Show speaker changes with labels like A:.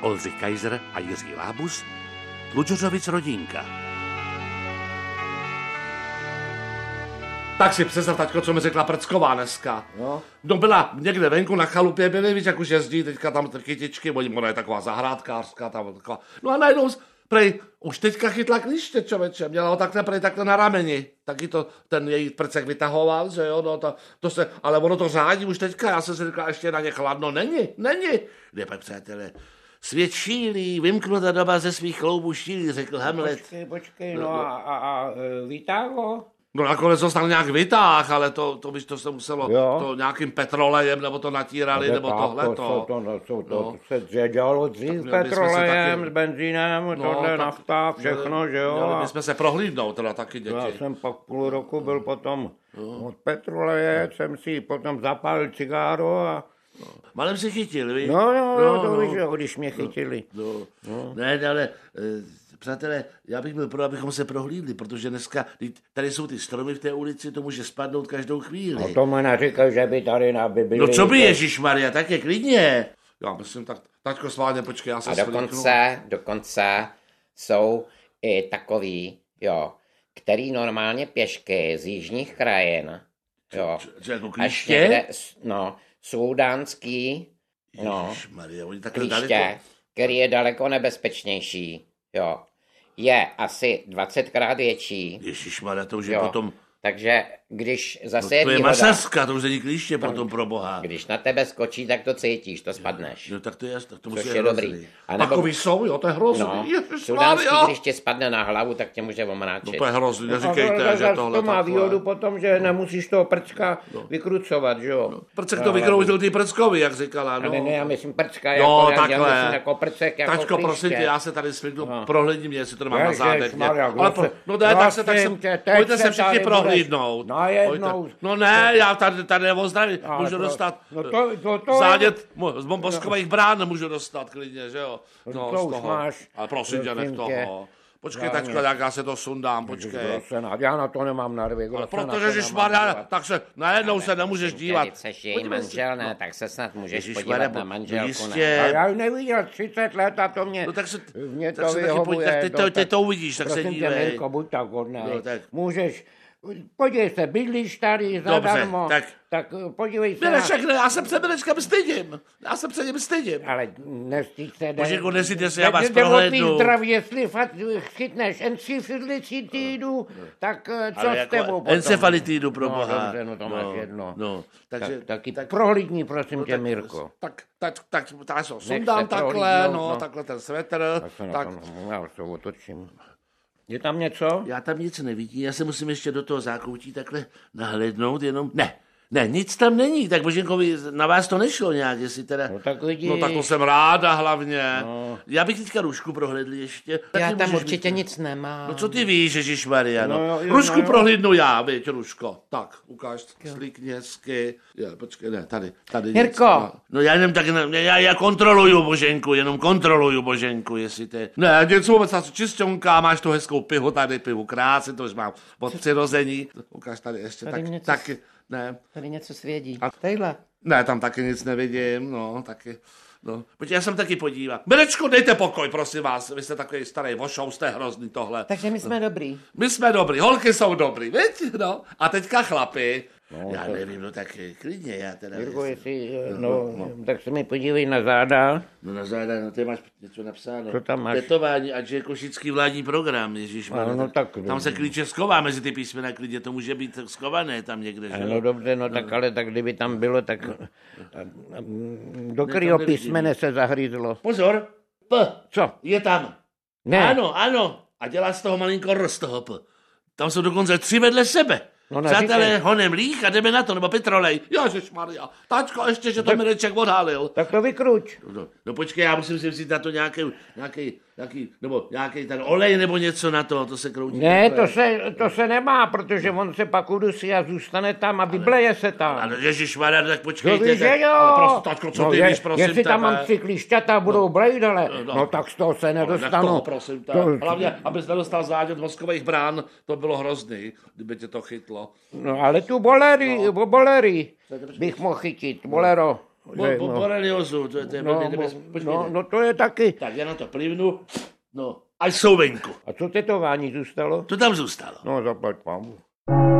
A: Oldřich Kaiser a Jiří Lábus, Tlučořovic rodinka.
B: Tak si představ, taťko, co mi řekla Prcková dneska.
C: No,
B: No byla někde venku na chalupě, byli, víš, jak už jezdí teďka tam ty kytičky, oni- ona je taková zahrádkářská, tam taková. No a najednou, s- prej, už teďka chytla klíště, čověče, měla ho takhle, prej, takhle na rameni. Taky to ten její prcek vytahoval, že jo, no to, to se, ale ono to řádí už teďka, já jsem si říkal, ještě na ně chladno, není, není. Kde pak, přátelé, svět šílí, vymknuta doba ze svých kloubů šílí, řekl Hamlet.
C: počkej, počkej, no a, a, a e, vytáhlo?
B: No nakonec to snad nějak vytáh, ale to, to, víš, to se muselo
C: Jo.
B: to nějakým petrolejem, nebo to natírali, nebo tohle
C: Co
B: to.
C: to, no, co to,
B: No.
C: to se dře- dělalo dřív s
B: měli bychom si
C: petrolejem,
B: taky- No,
C: s benzínem, tohle
B: tak-
C: nafta, všechno, že jo?
B: Měli
C: a-
B: bychom se prohlídnout teda taky děti.
C: No, Já jsem pak půl roku byl potom
B: No.
C: od petroleje, jsem si potom zapálil cigáro a...
B: Malem si chytil, víš?
C: No, jo, jo,
B: No,
C: to
B: no.
C: víš, jo, když mě chytili.
B: No. Ne, ne, ale eh, přátelé, já bych byl pro, abychom se prohlídli, protože dneska, vždyť tady jsou ty stromy v té ulici, to může spadnout každou chvíli.
C: No to mi neříkej, že by tady na by byli.
B: No co by Ježíš Maria, tak je klidně. Já myslím, tak, taťko sváně, počkej, já se
D: A
B: svlíknu.
D: dokonce, dokonce jsou i takový, jo, který normálně pěšky z jižních krajin, jo,
B: Č- č- jako
D: až
B: klíště?
D: někde, s- no, sudánský, no,
B: Maria, oni takhle dali
D: klíště,
B: to.
D: který je daleko nebezpečnější, jo, je asi 20krát větší,
B: Ježíš Maria, to už je
D: Jo.
B: potom, No,
D: takže když
B: to,
D: zase
B: to je
D: výhoda,
B: masaska, to už není klíště potom pro boha.
D: když na tebe skočí, tak to cítíš, to spadneš.
B: No tak to je jasné, tak to
D: Což
B: musí
D: je dobrý. A nebo-
B: Takový jsou, jo, to je hrozný.
D: No,
B: Ježiš,
D: sudánský,
B: Maria.
D: když ti spadne na hlavu, tak tě může
B: No
D: omráčit.
B: to je hrozný,
C: a
B: neříkejte, že
C: zas
B: tohle
C: to má
B: takhle.
C: výhodu potom, že nemusíš toho prčka vykrucovat, že jo?
B: Prcek
C: Na
D: No,
B: to
C: hlavu.
B: vykroutil ty prckovi, jak říkala,
C: Ne, ne,
B: no.
C: já myslím prčka,
B: Jo,
C: jako, já-
B: No,
C: já
B: takhle.
C: myslím jako prcek, jako No.
B: Tačko, prosím tě,
C: klíště.
B: já se tady svyknu, prohlédni mě, jestli to nemám na
C: Ježiš,
B: zádech. mě.
C: Maria,
B: Ale pro,
C: prosím-
B: no ne, tak se, tak se,
C: prosím jako Vlastně tě, teď
B: pojďte
C: se
B: se všichni
C: tady budeš-
B: prohlídnout.
C: Najednou-
B: Pojďte. No ne, já tady, tady neozdravím,
C: Ale
B: můžu
C: pro-
B: dostat
C: no to- to- to-
B: zádět mo- z bomboskových brán, můžu dostat klidně, že jo. No,
C: to
B: z
C: už
B: toho.
C: máš,
B: Ale prosím tě, nech
C: prosím tě.
B: toho. Počkej,
C: Vážně.
B: tačko, jak já se to sundám,
C: Kdo
B: počkej.
C: se na- Já na to nemám nervy. kdo
B: Ale
C: se na to
B: protože,
C: nemá
B: Ježišmarja,
C: nervy.
B: tak se najednou se nemůžeš dívat.
D: Seš její
B: Pojďme si-
D: manžel, ne, tak se snad můžeš
B: Ježišmarja,
D: podívat na
B: bo-
D: manželku, ne?
C: A
B: jistě.
C: já ji neviděl 30 let a to mě,
B: No tak se,
C: mě
B: tak
C: to
B: se taky pojď,
C: vyhovuje.
B: tak ty
C: no
B: to, ty to uvidíš, tak se
C: prosím tě,
B: dívej.
C: Mirko, buď tak hodná.
B: No, tak.
C: Můžeš, podívej se, bydlíš tady zadarmo.
B: tak.
C: tak eh, podívej se na...
B: Mireček, ne, já se před Mirečkem stydím. Já se před ním stydím.
C: Ale nestýď se.
B: Bože, jako nezdíte se, já
C: Ne-
B: vás
C: ne- jde o tvý
B: prohlédnu.
C: zdraví, jestli fakt chytneš encefalitidu, tak eh, co
B: No, Ale jako
C: s tebou potom?
B: encefalitidu pro
C: No,
B: boha.
C: dobře, no to máš jedno.
B: No, takže,
C: Tak, taky
B: tak-
C: prohlídni, prosím
B: no,
C: tě, Mirko.
B: Tak, tak, tak, tak, tak se ho
C: Nech
B: sundám
C: se
B: takhle,
C: prohlídnout,
B: no,
C: no.
B: takhle ten svetr.
C: Tak se na
B: Tak,
C: to, no, já se otočím. Je tam něco?
B: já tam nic nevidím, já se musím ještě do toho zákoutí takhle nahlédnout, jenom, ne, ne, nic tam není, tak Boženkovi, na vás to nešlo nějak, jestli teda...
C: No tak vidíš.
B: No tak to jsem ráda hlavně. No. Já bych teďka Rušku prohlédl ještě. Tak
D: Já
B: ty
D: tam
B: můžeš
D: určitě
B: mít-
D: nic nemám.
B: No co ty víš, Ježíš Maria, no.
C: No jo, jo,
B: Rušku
C: no jo.
B: prohlídnu já, viď, Ruško. Tak, ukáž, slíkni hezky. Je, počkej, ne, tady, tady. nic.
D: Jirko.
B: No, no já jenom tak, ne- já, já kontroluju Boženku, jenom kontroluju Boženku, jestli ty. Ne, něco vůbec, já jsem čistěnka, máš tu hezkou pivu tady, pivu krásy, to už mám od přirození. Ukáž tady ještě,
D: Tady
B: tak,
D: něco-
B: taky, ne.
D: Tady něco svědí. A tadyhle.
B: Ne, tam taky nic nevidím, no, taky. No, pojď, já jsem taky podívat. Berečku, dejte pokoj, prosím vás. Vy jste takový starý vošou, jste hrozný tohle.
D: Takže my
C: No.
D: jsme dobrý.
B: My jsme dobrý, holky jsou dobrý, viď? No, a teďka chlapy. No, já nevím, no tak klidně, já teda...
C: Jirko,
B: nejsem-
C: jestli, eh, no, tak se mi podívej na záda.
B: No na záda, no ty máš něco napsáno.
C: Co tam máš?
B: Tetování, ať je košický vládní program, ježíš.
C: Ano, no tak-
B: Tam se klíče sková mezi ty písmena klidně, to může být skované tam někde, že?
C: No
B: jo?
C: dobře, no tak ale tak kdyby tam bylo, tak a- a- do
B: Ne,
C: kterého
B: to
C: písmene se zahryzlo?
B: Pozor, P,
C: Co?
B: je tam.
C: Ne.
B: Ano, ano. A dělá z toho malinko R z toho P. Tam jsou dokonce tři vedle sebe.
C: No,
B: No,
C: neříkej.
B: Přátelé, honem lík a jdeme na to, nebo petrolej. Jožeš Maria, tačko, ještě, že to Mireček odhalil.
C: Tak to vykruč.
B: No, no, no, počkej, já musím si vzít na to nějaký, nějaký, nějaký nebo nějaký ten olej nebo něco na to, to se kroutí.
C: Ne,
B: rychle.
C: to se, to se nemá, protože on se pak udusí a zůstane tam a vybleje se tam.
B: Ale no, Ježíš Maria, tak
C: To
B: počkejte.
C: No, víš,
B: tak,
C: že jo?
B: Ale prostě, tačko, co
C: no,
B: ty
C: je-
B: víš, prosím eh,
C: Jestli tam
B: tebe?
C: mám tři klíšťata a budou blejt, ale
B: No,
C: no,
B: no.
C: tak z toho se
B: Ale tak
C: nedostanu.
B: toho, prosím tě.
C: To-
B: Hlavně, abys nedostal zádět mozkových brán, to bylo hrozný, kdyby tě to chytlo.
C: No ale tu bolery, no. bolery bych mohl chytit, bolero. že-
B: Bo, bo boreliozu, to je ten
C: no,
B: blbý, to bez-
C: no,
B: počkejte.
C: no, to je taky.
B: Tak já na to plivnu, no, a jsou venku.
C: A co tetování zůstalo?
B: To tam zůstalo.
C: No, zaplať pambu.
E: Thank